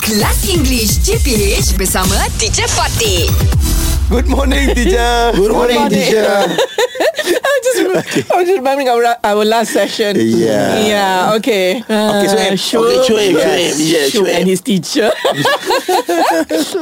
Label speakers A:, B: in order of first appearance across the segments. A: Kelas English CPH bersama Teacher Fatih.
B: Good morning, teacher.
C: Good morning, teacher.
D: I just, I was just remembering our, our last session.
C: Yeah.
D: Yeah, okay. Uh,
C: Okay,
B: Okay, Shuib.
C: Shuib, Shuib, yeah,
D: Shuib
C: Shuib.
D: And his teacher.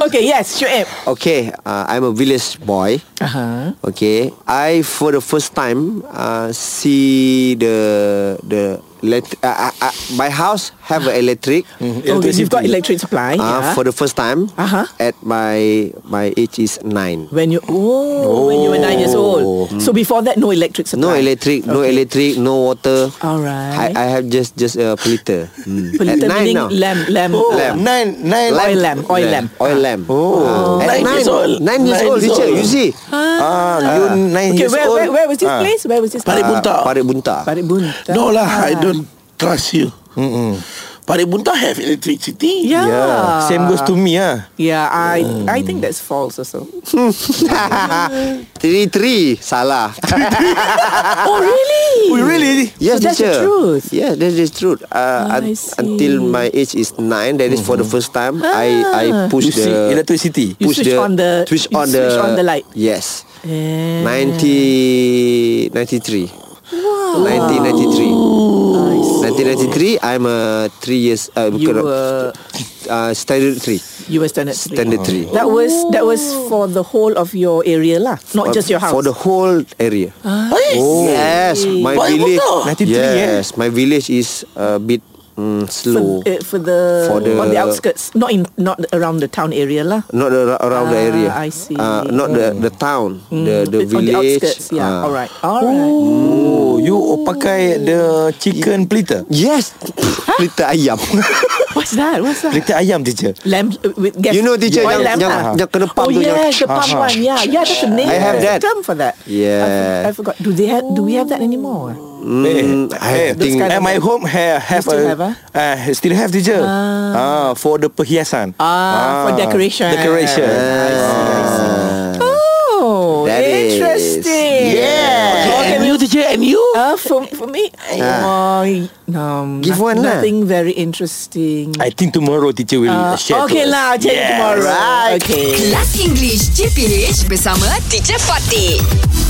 D: okay, yes, Shuib.
C: Okay, uh, I'm a village boy.
D: Uh-huh.
C: Okay, I for the first time uh, see the the let uh, uh, uh, my house have a electric.
D: Oh, you've got electric supply.
C: Uh,
D: yeah.
C: For the first time
D: Uh-huh.
C: at my my age is nine.
D: when you oh, when you were nine years old. So before that, no electric supply.
C: Oh. No electric, no
D: Okay.
C: electric, no water. I,
D: Alright.
C: I have just just a politer. Mm. At
D: Pelita
C: nine
D: meaning
C: now. Oh,
D: lamp, lamp.
C: Lamp.
B: Nine, nine.
D: Oil lamp, oil lamp.
C: Oil lamp. Oh. At
B: Nine years old.
C: Nine years
B: Nine
C: old,
B: years
C: teacher.
B: old.
C: You see.
B: Ah, you nine
D: Okay,
B: years
D: where,
B: old.
D: where, where was this
B: Ah.
D: place? Where was this
E: Parit
D: place?
E: Bunta.
C: Uh, Parit Bunta.
D: Parit Bunta.
E: No lah,
D: Ah.
E: I don't trust you. Mm-mm. Parit Bunta have electricity.
D: Yeah.
B: Yeah. Same goes to me, ah.
D: Yeah, I I think
C: Mm.
D: that's false also.
C: Three three salah.
D: oh really?
B: Oh, really?
C: Yes,
D: So that's the
C: teacher.
D: truth.
C: Yes, that's the truth. Uh,
D: Ah,
C: un-
D: I see. Mm-hmm. Ah.
C: until my age is nine, that is for the first time I I
B: You
C: push
B: see,
C: the
B: electricity.
D: You
C: push
D: switch on the-
C: switch
D: you
C: on the
D: switch on the light.
C: Yes,
D: Yeah.
C: 90 93. Wow. 1993. Nice. 1993. I'm a three years. Uh,
D: You
C: bukan,
D: were
C: uh, standard three.
D: you were standard three.
C: Standard three.
D: That was that was for the whole of your area lah, not just your house. Ah.
C: For the whole area.
E: Hey,
D: Oh.
C: Yes, my
E: Baik
C: village.
E: betul.
B: 93, eh?
C: yes, my village is a bit mm,
D: for,
C: slow.
D: uh, for the
C: For the-
D: on the outskirts, not in not around the town area lah.
C: not the, around the
D: Ah,
C: area.
D: I see.
C: Uh, not the the town, the the
D: It's on the
C: village.
D: outskirts, yeah.
C: ah.
D: all right, all right.
B: Oh, you pakai the chicken pelita.
C: Yes, pelita ayam.
D: What's that? What's that?
B: Pelita ayam, teacher.
D: Lamp uh, with gas.
C: You know, teacher,
D: oil
C: yang-
D: lamp
C: yang-
D: lah.
C: yang kena pump
D: oh,
C: tu, yang- Ah.
D: yes, the pump
B: Aha.
D: one. Yeah, yeah, that's the name.
C: I have
D: There's a
C: that.
D: term for that.
C: Yeah.
D: I forgot. I forgot. Do they have? Do we have that anymore?
C: Mm,
B: eh,
C: I
B: eh,
C: think-
B: at my home have, have
D: still
B: a,
D: have, ah?
B: uh, still have teacher. Ah, for the perhiasan.
D: Ah, for decoration.
B: Decoration.
C: Ah.
D: Oh,
C: That is-
D: interesting.
C: Yeah.
D: Okay,
E: and you teacher and you.
D: Uh, for, for me, uh, um,
C: Give one lah.
D: nothing very interesting.
B: I think tomorrow teacher will
D: Uh,
B: share. to
D: okay
B: us.
D: lah, I'll tell you
B: Yes.
D: tomorrow.
C: Right.
D: Okay.
A: Kelas English CPH bersama Teacher Fatih.